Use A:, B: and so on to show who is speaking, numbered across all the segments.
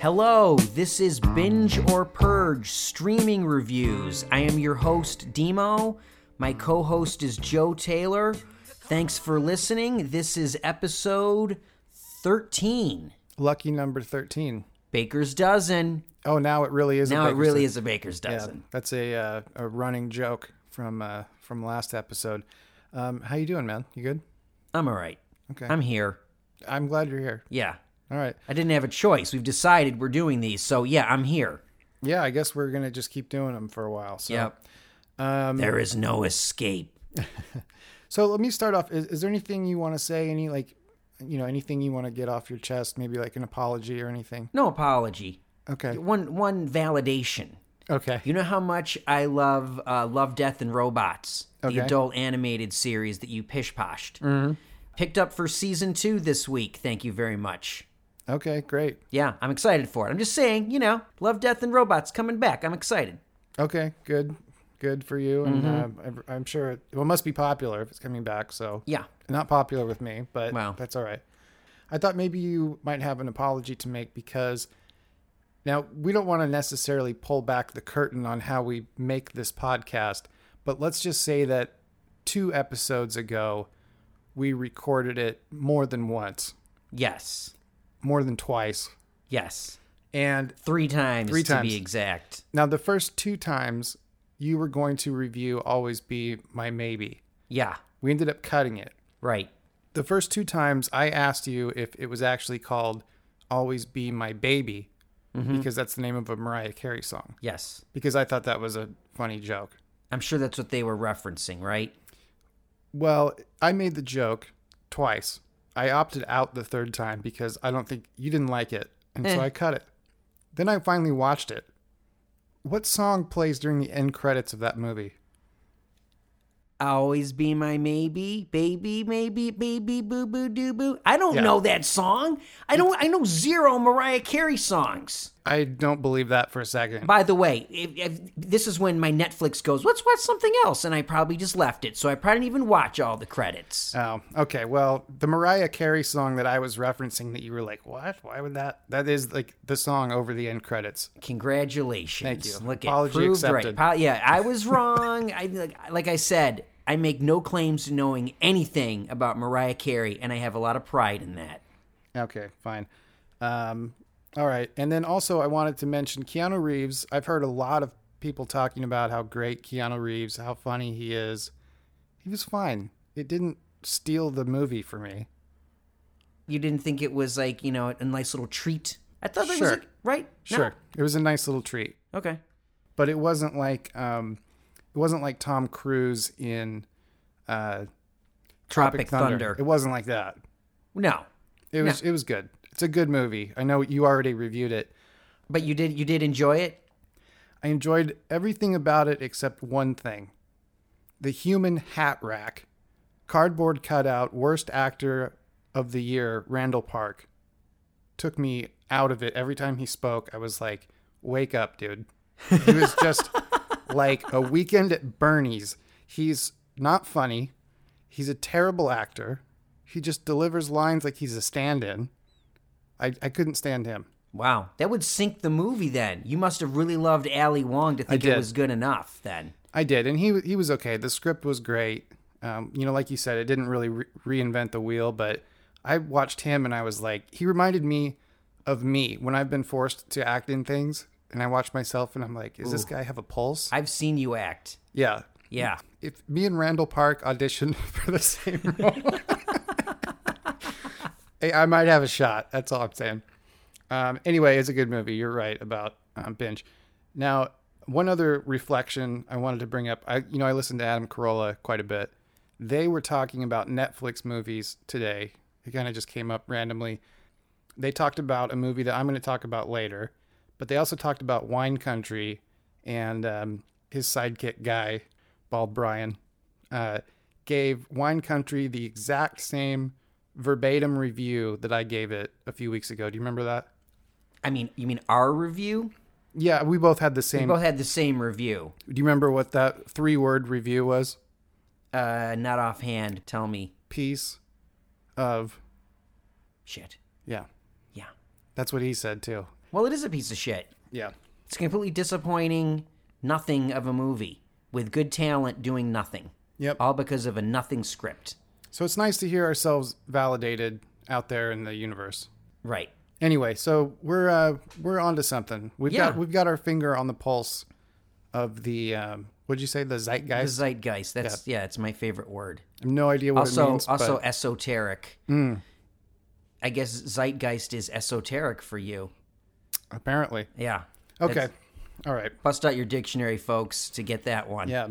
A: Hello, this is Binge or Purge streaming reviews. I am your host, Demo. My co host is Joe Taylor. Thanks for listening. This is episode 13
B: Lucky number 13.
A: Baker's Dozen.
B: Oh, now it really is.
A: Now it
B: a Baker's
A: really
B: dozen.
A: is a Baker's Dozen.
B: Yeah, that's a uh, a running joke from uh, from last episode. Um, how you doing, man? You good?
A: I'm all right.
B: Okay.
A: I'm here.
B: I'm glad you're here.
A: Yeah.
B: All right.
A: I didn't have a choice. We've decided we're doing these. So, yeah, I'm here.
B: Yeah, I guess we're gonna just keep doing them for a while. So, Oh. Um,
A: there is no escape.
B: so let me start off. Is, is there anything you want to say? Any like, you know, anything you want to get off your chest? Maybe like an apology or anything.
A: No apology.
B: Okay.
A: One one validation.
B: Okay.
A: You know how much I love uh, Love, Death, and Robots,
B: Okay. Mm-hmm.
A: the adult animated series that you pish poshed. Picked up for season two this week. Thank you very much.
B: Okay. Great.
A: Yeah, I'm excited for it. I'm just saying, you know, Love, Death, and Robots coming back. I'm excited.
B: Okay. Good. Good for you. And
A: Mm-hmm.
B: um, I- I'm sure it, well, it must be popular if it's coming back. So
A: Yeah.
B: not popular with me, but
A: Wow.
B: that's all right. I thought maybe you might have an apology to make because now we don't want to necessarily pull back the curtain on how we make this podcast, but let's just say that two episodes ago we recorded it more than once,
A: Yes.
B: more than twice.
A: Yes.
B: And
A: Three times
B: Three
A: to
B: times.
A: be exact.
B: now the first two times you were going to review always be my maybe.
A: Yeah.
B: We ended up cutting it.
A: Right.
B: the first two times I asked you if it was actually called Always Be My Baby because that's the name of a Mariah Carey song
A: Yes.
B: because I thought that was a funny joke.
A: I'm sure that's what they were referencing, right?
B: Well, I made the joke twice. I opted out the third time because I don't think you didn't like it. And
A: Eh.
B: so I cut it. Then I finally watched it. What song plays during the end credits of that movie?
A: Always be my maybe, baby, maybe, baby, boo boo doo boo. I don't
B: Yeah.
A: know that song. I don't. I know zero Mariah Carey songs.
B: I don't believe that for a second.
A: By the way, if, if, this is when my Netflix goes, let's watch something else, and I probably just left it, so I probably didn't even watch all the credits.
B: Oh, okay. Well, the Mariah Carey song that I was referencing that you were like, what? Why would that? That is like the song over the end credits.
A: Congratulations!
B: Thank you.
A: Look,
B: Apology
A: it proved
B: accepted.
A: right. Po- yeah, I was wrong. I like, like I said, I make no claims to knowing anything about Mariah Carey, and I have a lot of pride in that.
B: Okay, fine. Um, all right. And then also, I wanted to mention Keanu Reeves. I've heard a lot of people talking about how great Keanu Reeves, how funny he is. He was fine. It didn't steal the movie for me.
A: You didn't think it was like you know a nice little treat. I thought that
B: Sure.
A: was like, right. No?
B: Sure. It was a nice little treat.
A: Okay.
B: but it wasn't like um, it wasn't like Tom Cruise in uh,
A: Tropic Thunder.
B: It wasn't like that.
A: No,
B: It was it was good. It's a good movie. I know you already reviewed it.
A: but you did. You did enjoy it.
B: I enjoyed everything about it except one thing: the human hat rack, cardboard cutout, worst actor of the year, Randall Park. Took me out of it every time he spoke. I was like, "Wake up, dude!" He was just like a weekend at Bernie's. He's not funny. He's a terrible actor. He just delivers lines like he's a stand-in. I, I couldn't stand him.
A: Wow, that would sink the movie. Then you must have really loved Ali Wong to think it
B: did.
A: was good enough. Then
B: I did, and he he was okay. The script was great. Um, you know, like you said, it didn't really re- reinvent the wheel, but I watched him and I was like, he reminded me of me when I've been forced to act in things, and I watch myself and I'm like, is this guy have a pulse?
A: I've seen you act.
B: yeah.
A: Yeah,
B: If me and Randall Park auditioned for the same role, hey, I might have a shot. That's all I'm saying. Um, anyway, it's a good movie. You're right about um, binge. Now, one other reflection I wanted to bring up. I, you know, I listened to Adam Carolla quite a bit. They were talking about Netflix movies today. It kind of just came up randomly. They talked about a movie that I'm going to talk about later, but they also talked about Wine Country and um, his sidekick guy, Bald Brian, uh, gave Wine Country the exact same verbatim review that I gave it a few weeks ago. Do you remember that?
A: I mean, you mean our review?
B: Yeah, we both had the
A: We
B: same.
A: both had the same review.
B: Do you remember what that three word review was?
A: Uh, not offhand. Tell me.
B: Piece of.
A: Shit.
B: Yeah,
A: Yeah.
B: that's what he said too.
A: Well, it is a piece of shit.
B: Yeah.
A: It's completely disappointing, nothing of a movie with good talent doing nothing,
B: Yep.
A: all because of a nothing script.
B: So it's nice to hear ourselves validated out there in the universe.
A: Right.
B: Anyway, so we're uh, we're onto something. We've
A: Yeah.
B: got we've got our finger on the pulse of the um, what'd you say the
A: The
B: zeitgeist.
A: zeitgeist. That's yeah. it's my favorite word.
B: I have no idea what it
A: Also,
B: means.
A: also
B: but
A: esoteric.
B: Hmm.
A: I guess zeitgeist is esoteric for you.
B: apparently,
A: Yeah.
B: okay,
A: That's-
B: all right,
A: Bust out your dictionary, folks, to get that one.
B: yeah,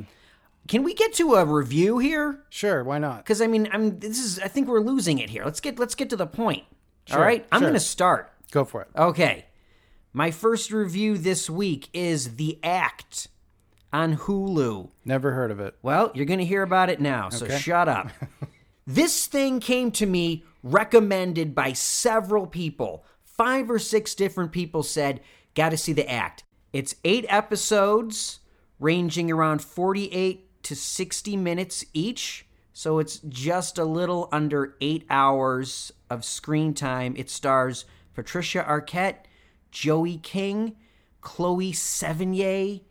A: Can we get to a review here?
B: sure, why not?
A: Because I mean, I'm. This is. I think we're losing it here. Let's get. Let's get to the point. All
B: Sure,
A: right. I'm
B: sure.
A: going to start.
B: Go for it.
A: Okay. My first review this week is The Act on Hulu.
B: Never heard of it.
A: Well, you're going to hear about it now, so shut up. this thing came to me recommended by several people. Five or six different people said, Got to see the act. It's eight episodes ranging around 48 to 60 minutes each. So it's just a little under eight hours of screen time. It stars Patricia Arquette, Joey King, Chloe Sevigny,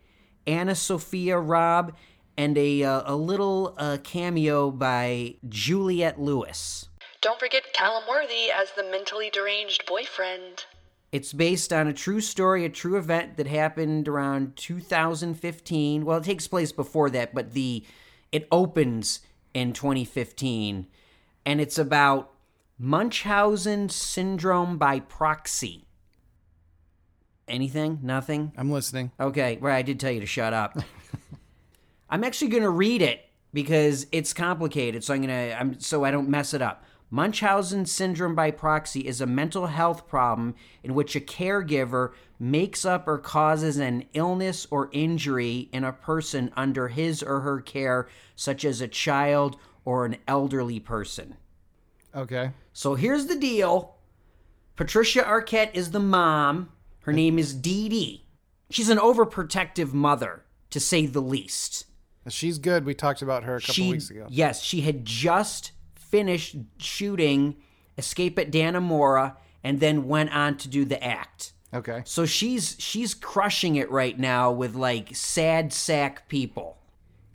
A: Anna Sophia Robb, and a uh, a little uh, cameo by Juliette Lewis.
C: Don't forget Callum Worthy as the mentally deranged boyfriend.
A: It's based on a true story, a true event that happened around 2015. Well, it takes place before that, but the it opens in 2015, and it's about Munchausen syndrome by proxy. Anything? Nothing?
B: I'm listening.
A: Okay, right. I did tell you to shut up. I'm actually going to read it because it's complicated, so I'm going to I'm so I don't mess it up. Munchausen syndrome by proxy is a mental health problem in which a caregiver makes up or causes an illness or injury in a person under his or her care, such as a child or an elderly person.
B: Okay,
A: So here's the deal. Patricia Arquette is the mom. Her name is Dee Dee. She's an overprotective mother, to say the least.
B: she's good. We talked about her a couple
A: She-
B: weeks ago.
A: Yes, she had just finished shooting Escape at Dannemora and then went on to do the act.
B: Okay,
A: So she's she's crushing it right now with like sad sack people.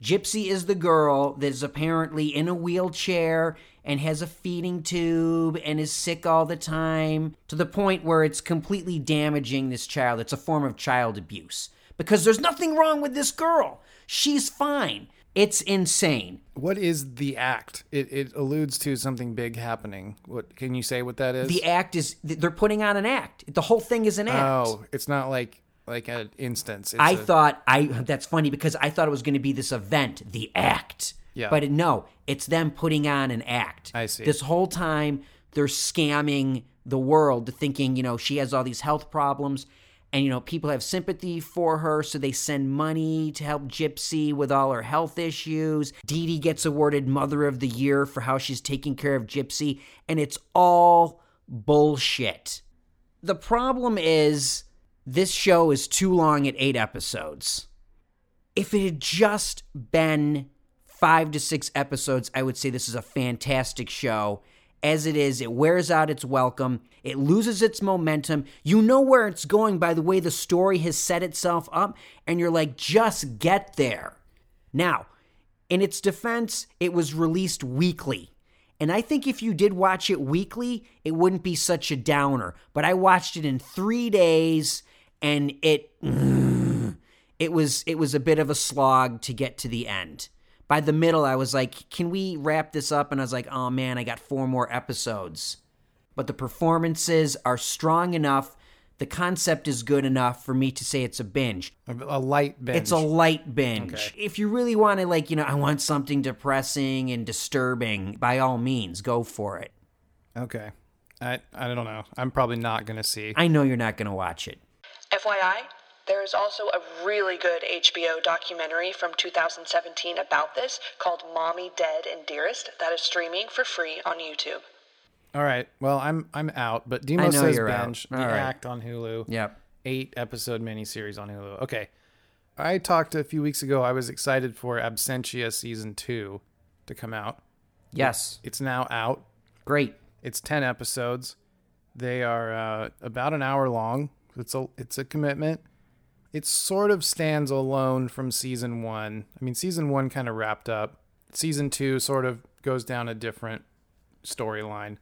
A: Gypsy is the girl that is apparently in a wheelchair and has a feeding tube and is sick all the time to the point where it's completely damaging this child. It's a form of child abuse because there's nothing wrong with this girl. She's fine. It's insane.
B: what is the act? It it alludes to something big happening. What can you say? What that is?
A: The act is they're putting on an act. The whole thing is an act.
B: oh, it's not like like an instance. It's
A: I
B: a-
A: thought I that's funny because I thought it was going to be this event, the act.
B: Yeah.
A: But no, it's them putting on an act.
B: I see.
A: This whole time they're scamming the world to thinking, you know, she has all these health problems and you know, people have sympathy for her so they send money to help Gypsy with all her health issues. Dee Dee gets awarded mother of the year for how she's taking care of Gypsy and it's all bullshit. The problem is this show is too long at eight episodes. If it had just been five to six episodes, I would say this is a fantastic show. As it is, it wears out its welcome, it loses its momentum. You know where it's going by the way the story has set itself up, and you're like, just get there. Now, in its defense, it was released weekly. And I think if you did watch it weekly, it wouldn't be such a downer. But I watched it in three days, and it it was it was a bit of a slog to get to the end. By the middle, I was like, "Can we wrap this up?" And I was like, "Oh man, I got four more episodes." But the performances are strong enough. The concept is good enough for me to say it's a binge.
B: a, a light binge.
A: It's a light binge. If you really want to, like, you know, I want something depressing and disturbing, by all means, go for it.
B: Okay. I I don't know. I'm probably not gonna see.
A: I know you're not going to watch it.
C: FYI, there is also a really good HBO documentary from 2017 about this called Mommy Dead and Dearest that is streaming for free on YouTube.
B: All right. Well, I'm I'm out. But Demo
A: know
B: says
A: you're out.
B: binge.
A: All
B: the
A: right.
B: Act on Hulu.
A: Yep.
B: Eight episode miniseries on Hulu. Okay. I talked a few weeks ago. I was excited for Absentia season two to come out.
A: Yes.
B: It's now out.
A: Great.
B: It's ten episodes. They are uh, about an hour long, It's a it's a commitment. It sort of stands alone from season one. I mean, season one kind of wrapped up. Season two sort of goes down a different storyline.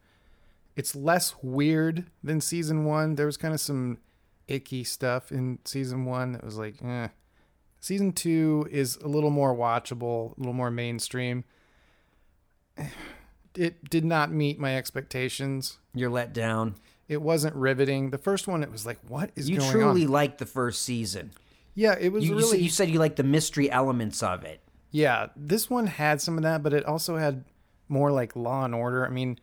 B: It's less weird than season one. There was kind of some icky stuff in season one that was like, eh. Season two is a little more watchable, a little more mainstream. It did not meet my expectations.
A: You're let down.
B: It wasn't riveting. The first one, it was like, what is
A: You
B: going
A: truly
B: on?
A: liked the first season.
B: Yeah, it was
A: You, you said-
B: really.
A: you said you liked the mystery elements of it.
B: Yeah, this one had some of that, but it also had more like Law and Order. I mean,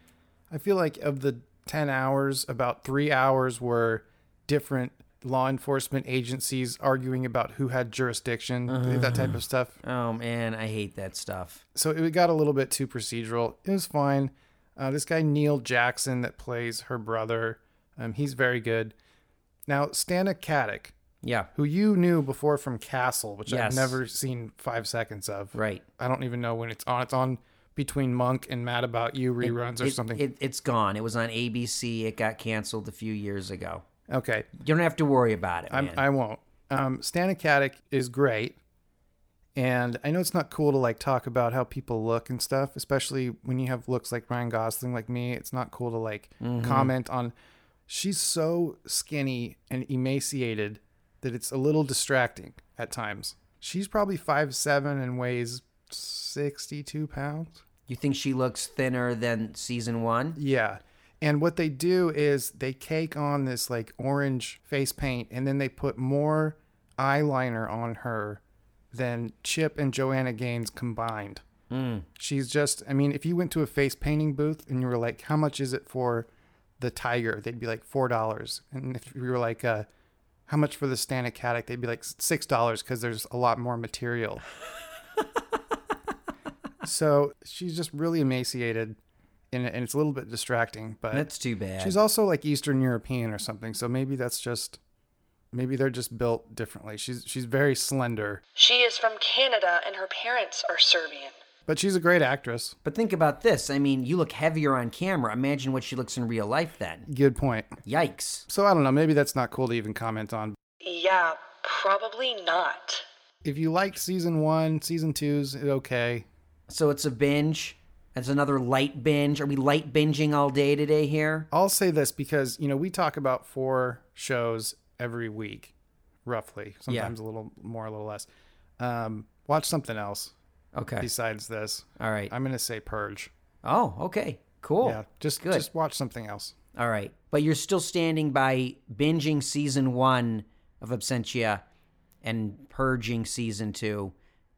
B: I feel like of the 10 hours, about three hours were different law enforcement agencies arguing about who had jurisdiction,
A: Uh-huh.
B: that type of stuff.
A: Oh man, I hate that stuff.
B: So it got a little bit too procedural. It was fine. Uh, this guy, Neil Jackson, that plays her brother, um, he's very good. Now, Stana Katic,
A: Yeah,
B: who you knew before from Castle, which
A: Yes.
B: I've never seen five seconds of.
A: right.
B: I don't even know when it's on. It's on between Monk and Mad About You reruns or
A: It,
B: something.
A: It, it's gone. It was on ABC. It got canceled a few years ago.
B: okay,
A: You don't have to worry about it,
B: I'm,
A: man.
B: I won't. Um, Stan Katic is great, and I know it's not cool to like talk about how people look and stuff, especially when you have looks like Ryan Gosling, like me. It's not cool to like comment on. She's so skinny and emaciated that it's a little distracting at times. She's probably five seven and weighs sixty two pounds.
A: you think she looks thinner than season one?
B: Yeah. And what they do is they cake on this like orange face paint and then they put more eyeliner on her than Chip and Joanna Gaines combined. She's just, I mean, if you went to a face painting booth and you were like, how much is it for the tiger? They'd be like $4. And if you were like, uh, how much for the Stanic Haddock? They'd be like $6 because there's a lot more material. so she's just really emaciated and, and it's a little bit distracting, but
A: That's too bad.
B: she's also like Eastern European or something. So maybe that's just, maybe they're just built differently. She's, she's very slender,
C: She is from Canada and her parents are Serbian.
B: but she's a great actress.
A: but think about this. I mean, you look heavier on camera. Imagine what she looks in real life then.
B: Good point.
A: Yikes.
B: So I don't know. Maybe that's not cool to even comment on.
C: Yeah, probably not.
B: If you liked season one, season two's eh, okay.
A: So it's a binge. It's another light binge. Are we light binging all day today here?
B: I'll say this because you know we talk about four shows every week, roughly. Sometimes a little more, a little less. Um, watch something else
A: Okay.
B: besides this.
A: All right.
B: I'm gonna say Purge.
A: Oh, okay. Cool.
B: Yeah, just
A: Good.
B: just watch something else.
A: All right. But you're still standing by binging season one of Absentia and purging season two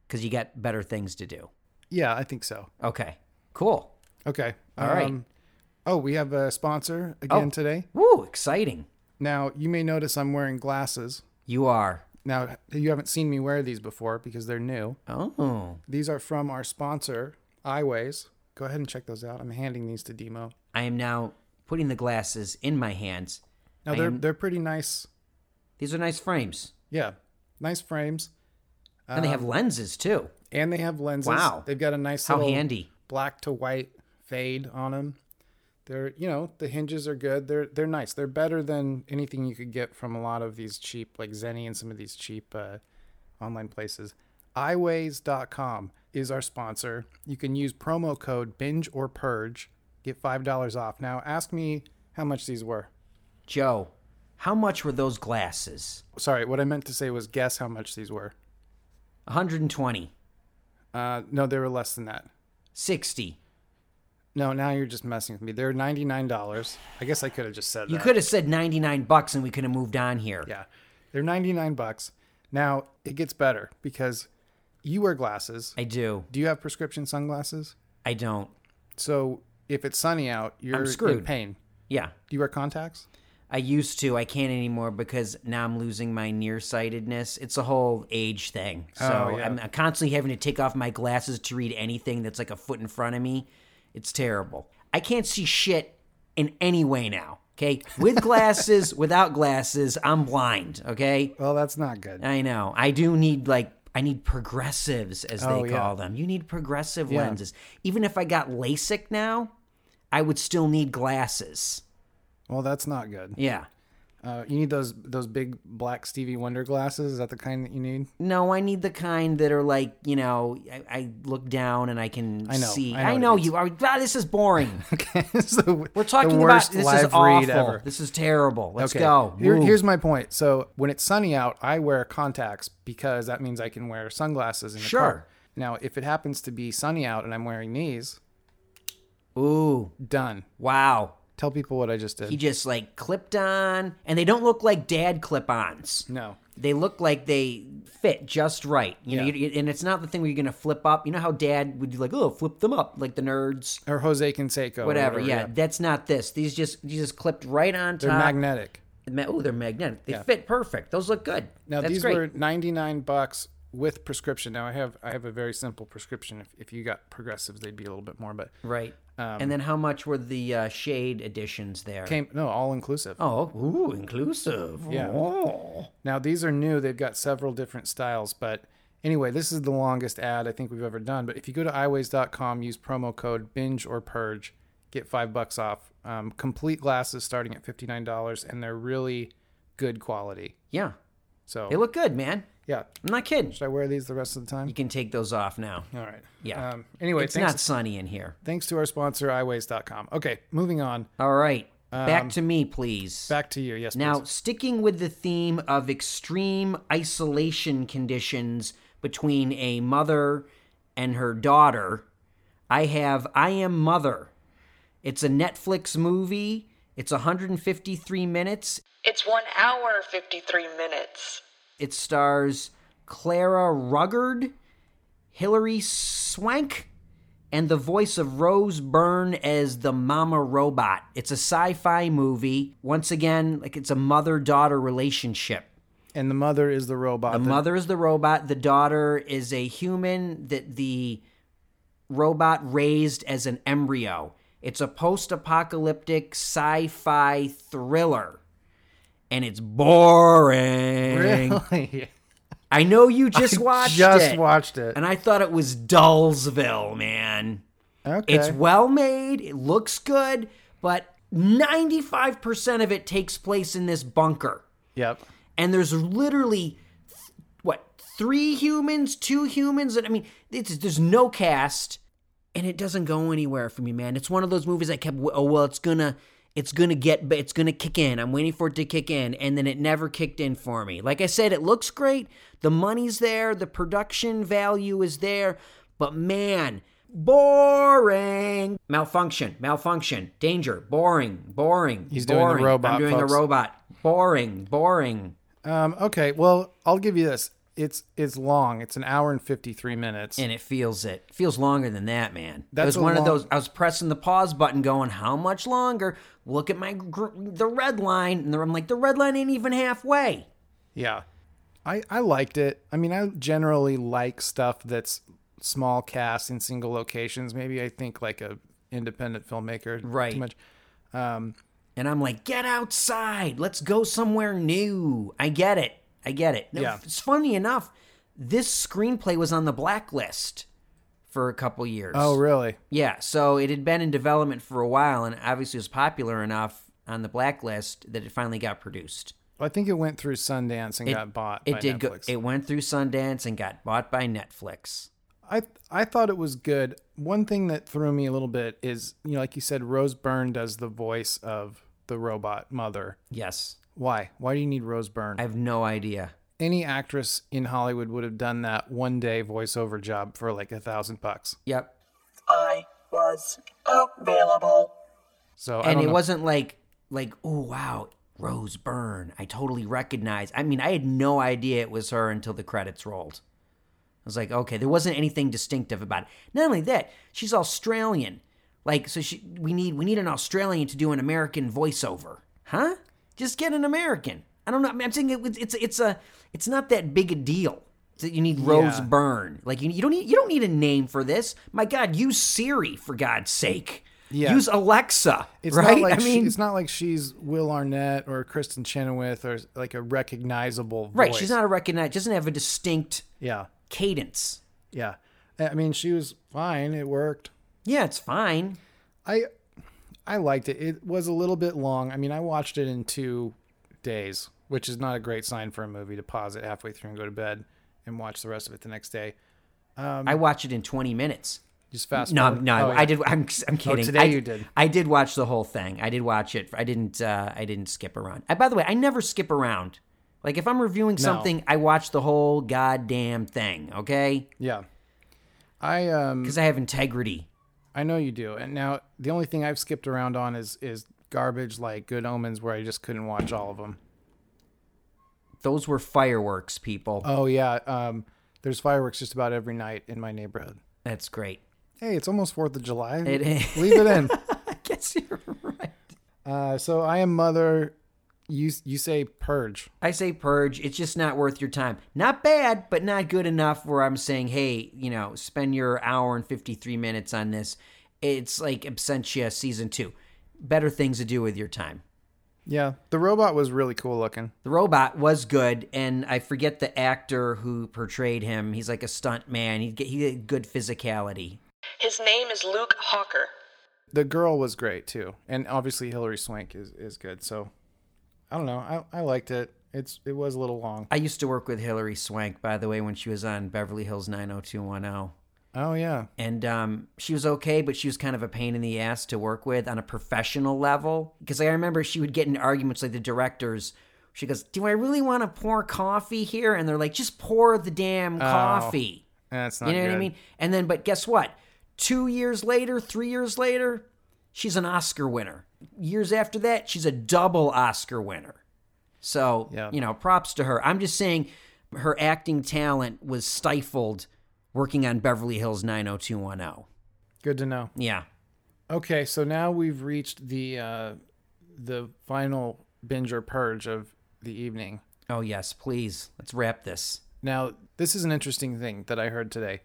A: because you got better things to do.
B: Yeah, I think so.
A: Okay. Cool.
B: Okay.
A: All right.
B: Oh, we have a sponsor again
A: Oh.
B: today.
A: Woo, exciting.
B: Now you may notice I'm wearing glasses.
A: You are.
B: Now you haven't seen me wear these before because they're new.
A: Oh.
B: These are from our sponsor, iWays. Go ahead and check those out. I'm handing these to Demo.
A: I am now putting the glasses in my hands.
B: Now
A: I
B: they're
A: am-
B: they're pretty nice.
A: These are nice frames.
B: Yeah, nice frames, Uh, Um,
A: and they have lenses too.
B: and they have lenses.
A: Wow.
B: they've got a nice
A: How
B: little
A: handy.
B: black to white fade on them. They're you know the hinges are good. They're they're nice. They're better than anything you could get from a lot of these cheap like Zenny and some of these cheap uh, online places. iways.com is our sponsor. You can use promo code binge or purge, get five dollars off. Now ask me how much these were.
A: Joe, how much were those glasses?
B: Sorry, what I meant to say was guess how much these were.
A: 120,
B: Uh, no, they were less than that.
A: 60.
B: No, now you're just messing with me. They're ninety nine dollars. I guess I could have just said
A: You
B: that.
A: could have said 99 bucks and we could have moved on here.
B: Yeah, they're ninety nine bucks. Now it gets better because you wear glasses.
A: I do.
B: Do you have prescription sunglasses?
A: I don't.
B: So if it's sunny out, you're in
A: screwed.
B: pain.
A: Yeah.
B: Do you wear contacts?
A: I used to. I can't anymore because now I'm losing my nearsightedness. It's a whole age thing. So
B: Oh, yeah.
A: I'm constantly having to take off my glasses to read anything that's like a foot in front of me. It's terrible. I can't see shit in any way now. Okay. With glasses, without glasses, I'm blind. Okay.
B: Well, that's not good.
A: I know. I do need like I need progressives as
B: Oh,
A: they
B: yeah.
A: call them. You need progressive lenses. Even if I got LASIK now, I would still need glasses.
B: Well, that's not good.
A: Yeah.
B: Uh, you need those those big black Stevie Wonder glasses. Is that the kind that you need?
A: No, I need the kind that are like, you know, I, I look down and I can
B: I know,
A: see.
B: I know
A: I
B: what
A: know
B: it is.
A: you are. Ah, this is boring.
B: Okay, it's the,
A: We're talking about this is awful. This is terrible. Let's go.
B: Here-
A: Move.
B: here's my point. So when it's sunny out, I wear contacts because that means I can wear sunglasses in the
A: Sure.
B: car. Now, if it happens to be sunny out and I'm wearing these,
A: Ooh,
B: done.
A: wow.
B: Tell people what I just did.
A: He just like clipped on, and they don't look like dad clip-ons.
B: no.
A: They look like they fit just right. You know,
B: Yeah.
A: you, and it's not the thing where you're gonna flip up. You know how dad would be like, oh, flip them up, like the nerds,
B: Or Jose Canseco. or
A: whatever. yeah, that's not this. These just these just clipped right on
B: They're
A: top.
B: magnetic.
A: Ma- oh, they're magnetic. They
B: Yeah.
A: fit perfect. Those look good.
B: Now
A: That's
B: these
A: great.
B: were 99 bucks with prescription. Now I have I have a very simple prescription. If, if you got progressives, they'd be a little bit more, but
A: right.
B: um,
A: and then how much were the uh, shade additions there?
B: came no, all inclusive.
A: oh, ooh, inclusive.
B: Yeah.
A: Oh.
B: Now these are new. They've got several different styles, but anyway, this is the longest ad I think we've ever done. But if you go to iways.com, use promo code binge or purge, get five bucks off. Um, complete glasses starting at fifty nine dollars, and they're really good quality.
A: Yeah.
B: So
A: They look good, man.
B: yeah,
A: I'm not kidding.
B: should I wear these the rest of the time?
A: You can take those off now.
B: All right.
A: Yeah.
B: Um, anyway,
A: It's
B: thanks,
A: not sunny in here.
B: thanks to our sponsor iways.com. Okay, moving on.
A: All right.
B: Um,
A: Back to me, please.
B: Back to you. Yes.
A: Now,
B: please.
A: sticking with the theme of extreme isolation conditions between a mother and her daughter, I have I Am Mother. It's a Netflix movie. It's 153 minutes.
C: It's one hour, 53 minutes.
A: It stars Clara Ruggard, Hilary Swank, and the voice of Rose Byrne as the Mama Robot. It's a sci fi movie. Once again, like it's a mother daughter relationship.
B: and the mother is the robot.
A: The mother is the robot, the daughter is a human that the robot raised as an embryo. It's a post apocalyptic sci fi thriller. And it's boring.
B: Really?
A: I know you just watched
B: Just
A: it.
B: watched it.
A: and I thought it was Dullsville, man.
B: Okay.
A: It's well made, it looks good, but 95% of it takes place in this bunker.
B: yep.
A: And there's literally th- what, three humans, two humans, and I mean, it's there's no cast and it doesn't go anywhere for me, man. It's one of those movies I kept w- oh well, it's going to it's going to get it's going to kick in. I'm waiting for it to kick in and then it never kicked in for me. Like I said, it looks great. The money's there, the production value is there, but man, boring. Malfunction, malfunction, danger, boring, boring.
B: He's doing the
A: boring.
B: robot,
A: I'm doing
B: folks.
A: the robot. Boring, boring.
B: Um, okay. Well, I'll give you this. It's it's long. It's an hour and fifty three minutes.
A: and it feels it feels longer than that man
B: That's
A: that was
B: a
A: one
B: long-
A: of those i was pressing the pause button going how much longer look at my gr- the red line and i'm like the red line ain't even halfway
B: yeah. I I liked it. I mean, I generally like stuff that's small cast in single locations. Maybe I think like a independent filmmaker
A: Right.
B: too much.
A: and i'm like get outside let's go somewhere new i get it i get it Now,
B: Yeah.
A: it's funny enough this screenplay was on the blacklist for a couple years
B: Oh, really?
A: Yeah, so it had been in development for a while and obviously was popular enough on the blacklist that it finally got produced.
B: I think it went through Sundance and got bought.
A: It
B: by
A: did go
B: Netflix.
A: it went through Sundance and got bought by Netflix.
B: I I thought it was good. One thing that threw me a little bit is you know, like you said, Rose Byrne does the voice of the robot mother.
A: Yes.
B: Why? Why do you need Rose Byrne?
A: I have no idea.
B: Any actress in Hollywood would have done that one day voiceover job for like a thousand bucks.
A: Yep.
C: I was available.
B: So I
A: And
B: don't
A: it
B: know.
A: wasn't like like, oh wow, Rose Byrne. I totally recognize. I mean, I had no idea it was her until the credits rolled. I was like, okay, there wasn't anything distinctive about it. Not only that, she's Australian. Like, so she we need we need an Australian to do an American voiceover, huh? Just get an American. I don't know. I mean, I'm saying it, it's it's a it's not that big a deal that you need Rose
B: Yeah.
A: Byrne. Like you, you don't need you don't need a name for this. My God, use Siri for God's sake.
B: Yeah.
A: Use Alexa.
B: It's
A: right?
B: not like
A: I mean,
B: she, it's not like she's Will Arnett or Kristen Chenoweth or like a recognizable voice.
A: right? She's not a recognized. Doesn't have a distinct
B: Yeah,
A: cadence.
B: yeah. I mean, she was fine. It worked.
A: Yeah, it's fine.
B: I I liked it. It was a little bit long. I mean, I watched it in two days, which is not a great sign for a movie to pause it halfway through and go to bed and watch the rest of it the next day.
A: I watch it in 20 minutes.
B: Just fast.
A: No,
B: forward.
A: no,
B: Um, Oh,
A: I
B: yeah.
A: did. I'm, I'm kidding.
B: today
A: I,
B: you did.
A: I did watch the whole thing. I did watch it. I didn't. Uh, I didn't skip around. I, by the way, I never skip around. Like if I'm reviewing something, I watch the whole goddamn thing. Okay,
B: Yeah. I um
A: because I have integrity.
B: I know you do. And now the only thing I've skipped around on is is garbage like Good Omens where I just couldn't watch all of them.
A: Those were fireworks, people.
B: Oh yeah, um there's fireworks just about every night in my neighborhood.
A: That's great.
B: Hey, it's almost 4th of July.
A: It is.
B: Leave it in.
A: I guess you're right.
B: Uh, so I am mother you you say purge.
A: I say purge. It's just not worth your time. Not bad, but not good enough where I'm saying, hey, you know, spend your hour and 53 minutes on this. It's like Absentia season two. Better things to do with your time.
B: Yeah, the robot was really cool looking.
A: The robot was good, and I forget the actor who portrayed him. He's like a stunt man. He get he had good physicality.
C: His name is Luke Hawker.
B: The girl was great too, and obviously Hilary Swank is, is good. So I don't know, I, I liked it. It's it was a little long.
A: I used to work with Hilary Swank, by the way, when she was on Beverly Hills 90210.
B: Oh yeah,
A: and um, she was okay, but she was kind of a pain in the ass to work with on a professional level. Because I remember she would get in arguments like the directors. She goes, "Do I really want to pour coffee here?" And they're like, "Just pour the damn coffee."
B: that's not.
A: you know what I
B: good.
A: mean? And then, but guess what? Two years later, three years later, she's an Oscar winner. Years after that, she's a double Oscar winner. So,
B: Yeah.
A: you know, props to her. I'm just saying her acting talent was stifled working on Beverly Hills 90210.
B: Good to know.
A: Yeah.
B: Okay, so now we've reached the uh, the final binge or purge of the evening.
A: Oh, yes, please. Let's wrap this.
B: Now, this is an interesting thing that I heard today.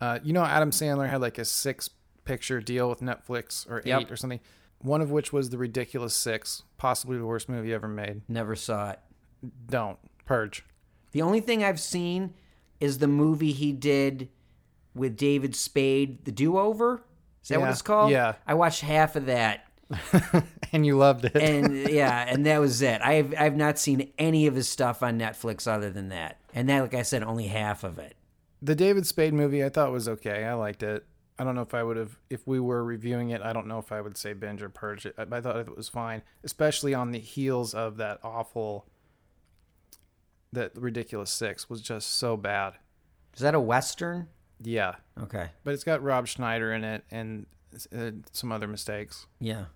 B: Uh, you know, Adam Sandler had like a six picture deal with Netflix or eight
A: Yep.
B: or something, one of which was The Ridiculous Six, possibly the worst movie ever made.
A: Never saw it.
B: Don't. Purge.
A: The only thing I've seen is the movie he did with David Spade, The Do Over. Is that what
B: Yeah,
A: it's called?
B: yeah.
A: I watched half of that,
B: and you loved it.
A: and yeah, and that was it. I've I've not seen any of his stuff on Netflix other than that, and that, like I said, only half of it.
B: the David Spade movie I thought was okay. I liked it. I don't know if I would have, if we were reviewing it, I don't know if I would say binge or purge it. I, I thought it was fine, especially on the heels of that awful, that ridiculous six was just so bad.
A: Is that a western?
B: Yeah.
A: Okay,
B: But it's got Rob Schneider in it and uh, some other mistakes.
A: yeah,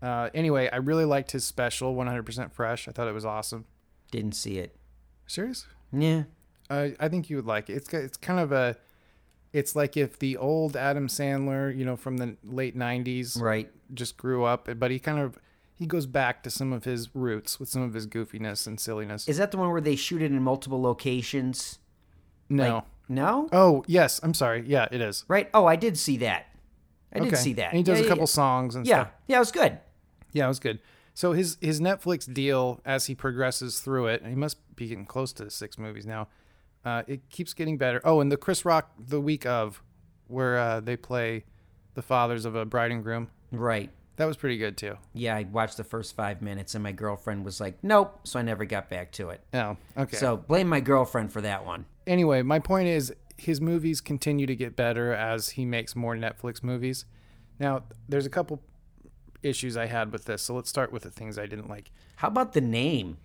B: Uh, anyway, I really liked his special, 100% Fresh. I thought it was awesome.
A: didn't see it.
B: Serious?
A: Yeah,
B: Uh, I think you would like it. It's ki- it's kind of a, it's like if the old Adam Sandler, you know, from the late '90s,
A: right.
B: just grew up, but he kind of he goes back to some of his roots with some of his goofiness and silliness.
A: Is that the one where they shoot it in multiple locations?
B: no.
A: No,
B: oh yes, I'm sorry. Yeah, it is.
A: right? Oh, I did see that. I did
B: Okay.
A: see that.
B: And he does
A: Yeah,
B: a
A: yeah,
B: couple
A: yeah.
B: songs and
A: Yeah,
B: stuff.
A: yeah, it was good.
B: Yeah, it was good. So his his Netflix deal as he progresses through it, and he must be getting close to six movies now. Uh, it keeps getting better. Oh, and the Chris Rock the week of, where uh, they play the fathers of a bride and groom.
A: Right.
B: That was pretty good too.
A: Yeah, I watched the first five minutes, and my girlfriend was like, "Nope," so I never got back to it.
B: Oh, okay.
A: So blame my girlfriend for that one.
B: anyway, my point is his movies continue to get better as he makes more Netflix movies. Now, there's a couple issues I had with this, so let's start with the things I didn't like.
A: How about the name?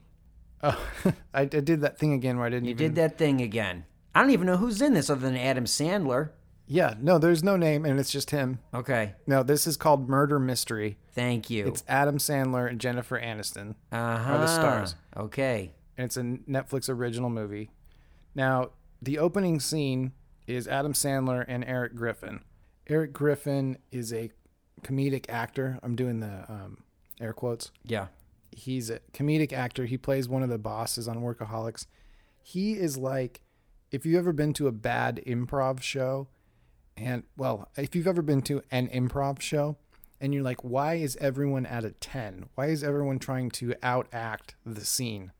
B: Oh, I, I did that thing again where I didn't
A: You
B: even.
A: did that thing again. I don't even know who's in this other than Adam Sandler.
B: Yeah, no, there's no name, and it's just him.
A: Okay,
B: No, this is called Murder Mystery.
A: thank you.
B: It's Adam Sandler and Jennifer Aniston,
A: uh huh.
B: stars.
A: Okay.
B: and it's a Netflix original movie. Now, the opening scene is Adam Sandler and Eric Griffin. Eric Griffin is a comedic actor. I'm doing the um, air quotes.
A: Yeah.
B: He's a comedic actor. He plays one of the bosses on Workaholics. He is like, if you've ever been to a bad improv show, and well, if you've ever been to an improv show, and you're like, why is everyone at a 10? Why is everyone trying to out act the scene?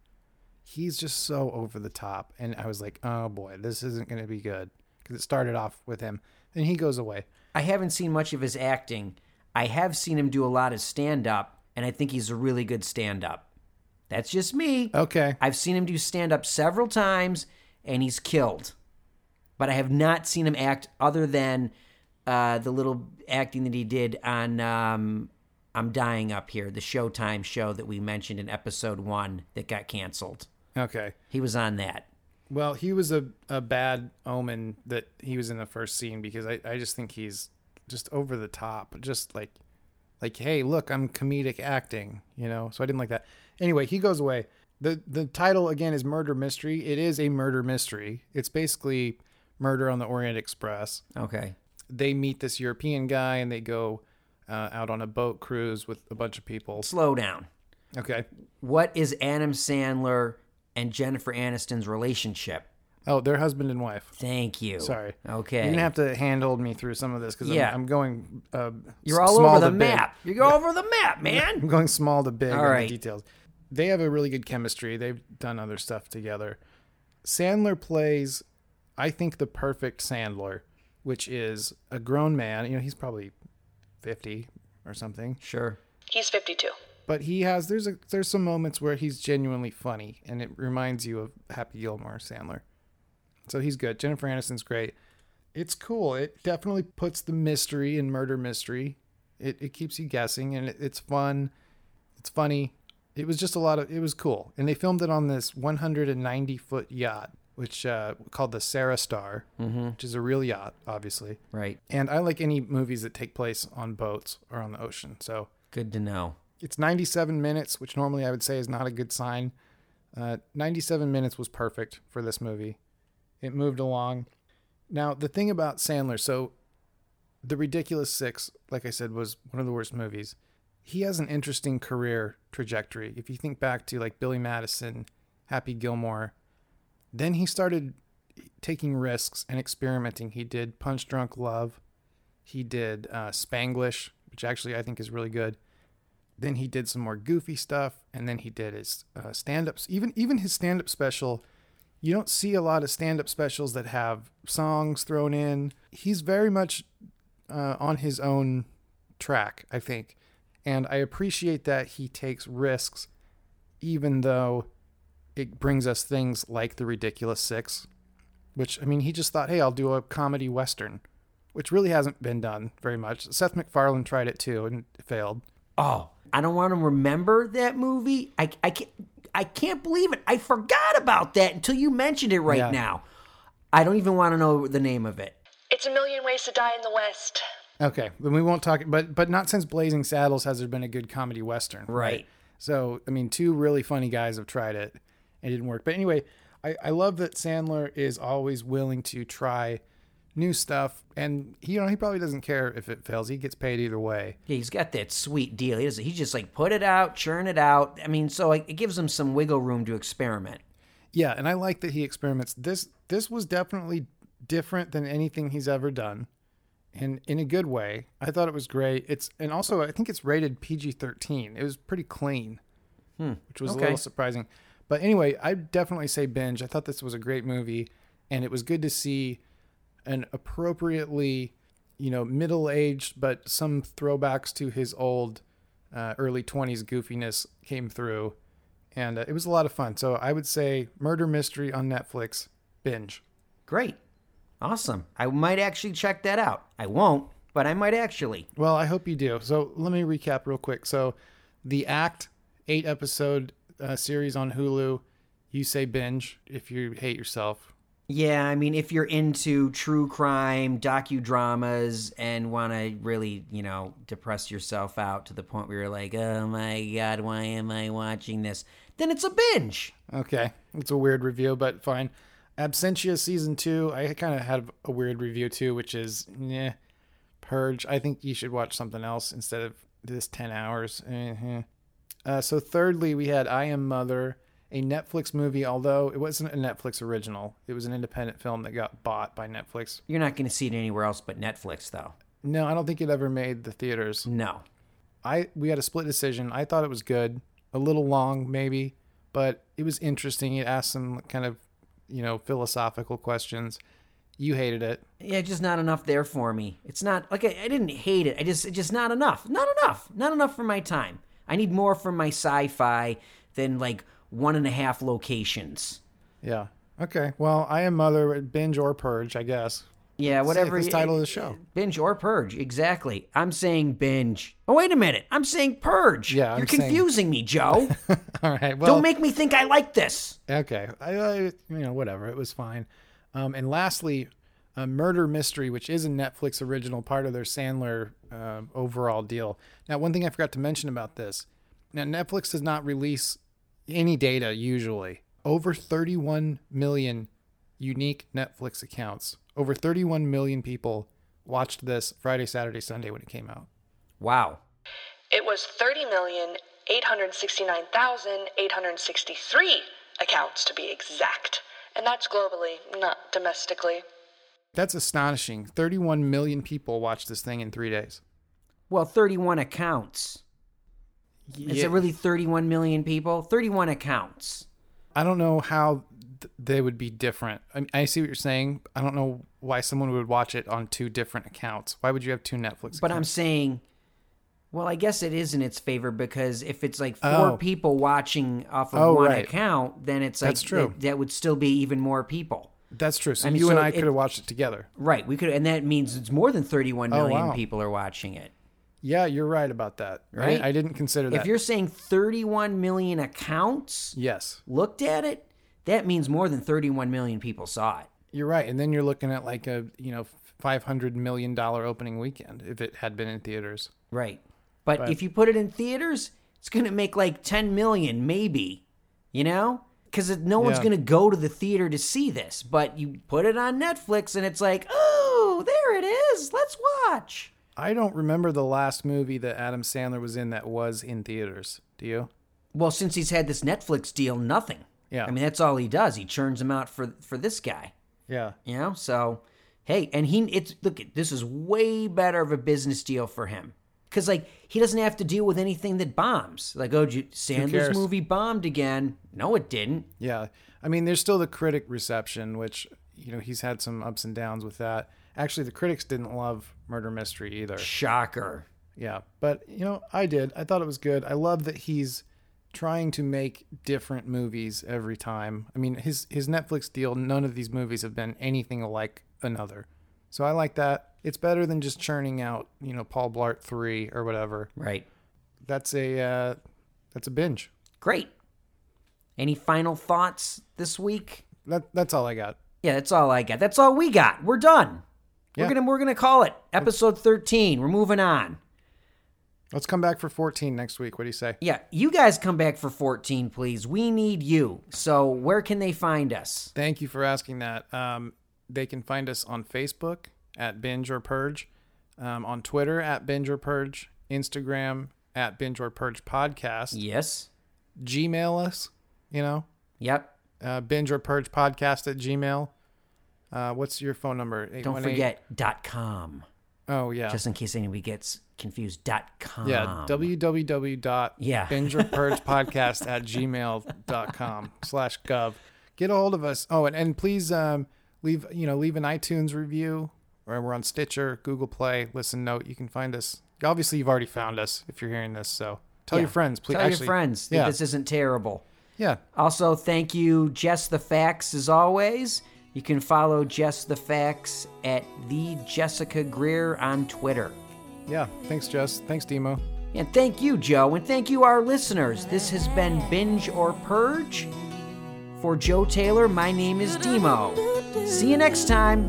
B: He's just so over the top. And I was like, oh boy, this isn't going to be good. Because it started off with him, and he goes away.
A: I haven't seen much of his acting. I have seen him do a lot of stand up, and I think he's a really good stand up. That's just me.
B: Okay.
A: I've seen him do stand up several times and he's killed. But I have not seen him act other than uh, the little acting that he did on um, I'm Dying Up Here, the Showtime show that we mentioned in episode one that got canceled.
B: Okay.
A: He was on that.
B: Well, he was a, a bad omen that he was in the first scene because I, I just think he's just over the top. Just like like, hey, look, I'm comedic acting, you know. So I didn't like that. Anyway, he goes away. The the title again is Murder Mystery. It is a murder mystery. It's basically Murder on the Orient Express.
A: Okay.
B: They meet this European guy and they go uh, out on a boat cruise with a bunch of people.
A: Slow down.
B: Okay.
A: What is Adam Sandler and Jennifer Aniston's relationship?
B: Oh, they're husband and wife.
A: Thank you.
B: Sorry.
A: Okay.
B: You're gonna have to handhold me through some of this because
A: Yeah.
B: I'm, I'm going. Uh,
A: You're
B: s-
A: all
B: small
A: over the
B: to big.
A: map. You're all over the map, man.
B: I'm going small to big
A: All
B: on
A: right.
B: the details. They have a really good chemistry. They've done other stuff together. Sandler plays, I think, the perfect Sandler, which is a grown man. You know, he's probably fifty or something,
A: Sure.
C: He's 52.
B: but he has there's a there's some moments where he's genuinely funny, and it reminds you of Happy Gilmore Sandler. So he's good. Jennifer Aniston's great. It's cool. It definitely puts the mystery in murder mystery. It it keeps you guessing, and it, it's fun. It's funny. It was just a lot of. It was cool, and they filmed it on this 190 foot yacht, which uh, called the Sarah Star, which is a real yacht, obviously.
A: Right.
B: And I like any movies that take place on boats or on the ocean. So
A: Good to know.
B: it's 97 minutes, which normally I would say is not a good sign. Uh, 97 minutes was perfect for this movie. It moved along. Now, the thing about Sandler, so The Ridiculous Six, like I said, was one of the worst movies. He has an interesting career trajectory. If you think back to like Billy Madison, Happy Gilmore, then he started taking risks and experimenting. He did Punch Drunk Love, he did uh, Spanglish, which actually I think is really good then he did some more goofy stuff and then he did his uh, stand-ups even even his stand-up special you don't see a lot of stand-up specials that have songs thrown in he's very much uh, on his own track i think and i appreciate that he takes risks even though it brings us things like the ridiculous six which i mean he just thought hey i'll do a comedy western which really hasn't been done very much seth macfarlane tried it too and failed
A: Oh, I don't want to remember that movie. I, I can't. I can't believe it. I forgot about that until you mentioned it right
B: Yeah.
A: now. I don't even want to know the name of it.
C: It's a million ways to die in the West.
B: Okay, then we won't talk. But but not since Blazing Saddles has there been a good comedy western,
A: Right.
B: So I mean, two really funny guys have tried it, and it didn't work. But anyway, I I love that Sandler is always willing to try new stuff, and he, you know he probably doesn't care if it fails. He gets paid either way.
A: Yeah, he's got that sweet deal. He doesn't. He just like put it out, churn it out. I mean, so like, it gives him some wiggle room to experiment.
B: Yeah, and I like that he experiments. This this was definitely different than anything he's ever done, and in a good way. I thought it was great. It's and also I think it's rated PG thirteen. It was pretty clean, which was
A: okay.
B: a little surprising. But anyway, I definitely say binge. I thought this was a great movie, and it was good to see an appropriately, you know, middle aged but some throwbacks to his old uh, early twenties goofiness came through and uh, it was a lot of fun. So I would say murder mystery on Netflix, binge.
A: Great, awesome. I might actually check that out. I won't, but I might actually.
B: Well, I hope you do. So let me recap real quick. So the Act eight episode uh, series on Hulu. You say binge if you hate yourself.
A: Yeah, I mean, if you're into true crime, docudramas, and want to really, you know, depress yourself out to the point where you're like, oh my God, why am I watching this? Then it's a binge.
B: Okay, it's a weird review, but fine. Absentia season two. I kind of had a weird review too, which is yeah, Purge. I think you should watch something else instead of this ten hours. Mhm. Uh, so thirdly, we had I Am Mother, a Netflix movie. Although it wasn't a Netflix original, it was an independent film that got bought by Netflix.
A: You're not going to see it anywhere else but Netflix, though.
B: No, I don't think it ever made the theaters.
A: No.
B: I we had a split decision. I thought it was good, a little long maybe, but it was interesting. It asked some kind of, you know, philosophical questions. You hated it.
A: Yeah, just not enough there for me. It's not like I, I didn't hate it. I just it's just not enough. Not enough. Not enough for my time. I need more from my sci-fi than like one and a half locations.
B: Yeah. Okay. Well, I am mother binge or purge, I guess.
A: Yeah, whatever.
B: This title of the show.
A: Binge or purge, exactly. I'm saying binge. Oh, wait a minute. I'm saying purge.
B: Yeah, I'm
A: You're
B: saying-
A: confusing me, Joe.
B: All right. Well,
A: Don't make me think I like this.
B: Okay. I, I, you know, whatever. It was fine. Um, and lastly, uh, Murder Mystery, which is a Netflix original, part of their Sandler uh, overall deal. Now, one thing I forgot to mention about this now, Netflix does not release any data usually. Over 31 million unique Netflix accounts. Over 31 million people watched this Friday, Saturday, Sunday when it came out.
A: Wow.
C: It was 30,869,863 accounts to be exact. And that's globally, not domestically.
B: That's astonishing. 31 million people watched this thing in three days.
A: Well, 31 accounts. Is it really 31 million people? 31 accounts.
B: I don't know how th- they would be different. I, mean, I see what you're saying. I don't know why someone would watch it on two different accounts. Why would you have two Netflix?
A: But I'm
B: accounts?
A: saying, well, I guess it is in its favor because if it's like four
B: Oh.
A: people watching off of
B: Oh,
A: one
B: right.
A: account, then it's like
B: That's true.
A: That, that would still be even more people.
B: that's true. So
A: I mean,
B: you and
A: so
B: I
A: it-
B: could have watched it together.
A: Right. We could, and that means it's more than 31
B: Oh,
A: million
B: wow.
A: people are watching it.
B: Yeah, you're right about that. I didn't-
A: Right?
B: I, didn't consider that.
A: If you're saying 31 million accounts
B: yes,
A: looked at it, that means more than 31 million people saw it.
B: you're right. And then you're looking at like a you know 500 million dollar opening weekend if it had been in theaters.
A: Right. But, if you put it in theaters, it's going to make like 10 million, maybe, you know? Because no one's
B: Yeah.
A: going to go to the theater to see this. But you put it on Netflix and it's like, oh, there it is. Let's watch.
B: I don't remember the last movie that Adam Sandler was in that was in theaters. Do you?
A: Well, since he's had this Netflix deal, nothing.
B: Yeah.
A: I mean, that's all he does. He churns them out for, for this guy,
B: Yeah.
A: you know? So, hey, and he, it's, look, this is way better of a business deal for him. Because, like, he doesn't have to deal with anything that bombs. Like, oh, did you- Sandler's
B: cares?
A: movie bombed again. No, it didn't.
B: Yeah. I mean, there's still the critic reception, which, you know, he's had some ups and downs with that. Actually, the critics didn't love Murder Mystery either.
A: Shocker.
B: Yeah. But, you know, I did. I thought it was good. I love that he's trying to make different movies every time. I mean, his his Netflix deal, none of these movies have been anything like another. So I like that. It's better than just churning out, you know, Paul Blart 3 or whatever.
A: Right.
B: That's a uh that's a binge.
A: Great. Any final thoughts this week?
B: That that's all I got.
A: Yeah, that's all I got. That's all we got. We're done.
B: Yeah.
A: We're gonna we're gonna call it episode thirteen. We're moving on.
B: Let's come back for 14 next week. What do you say?
A: Yeah, you guys come back for fourteen, please. We need you. So where can they find us?
B: Thank you for asking that. Um, they can find us on Facebook at Binge or Purge, um, on Twitter at Binge or Purge, Instagram at Binge or Purge Podcast,
A: Yes.
B: Gmail us, you know,
A: Yep.
B: uh, Binge or Purge Podcast at Gmail. Uh, what's your phone number?
A: Don't
B: 818
A: forget dot com.
B: Oh, yeah.
A: Just in case anybody gets confused. Dot com.
B: yeah,
A: Um, Yeah.
B: www.bingerpurgepodcast at gmail.com slash gov. Get a hold of us. Oh, and, and please um, leave, you know, leave an iTunes review. Or we're on Stitcher, Google Play, Listen Note. You can find us. Obviously, you've already found us if you're hearing this. So tell your
A: Yeah.
B: friends, please.
A: Tell
B: Actually,
A: your friends that
B: Yeah.
A: this isn't terrible.
B: yeah.
A: Also, thank you, Jess the Facts, as always. You can follow Jess the Facts at the Jessica Greer on Twitter.
B: Yeah. Thanks, Jess. Thanks, Demo.
A: And thank you, Joe, and thank you, our listeners. This has been Binge or Purge. For Joe Taylor, my name is Demo. See you next time.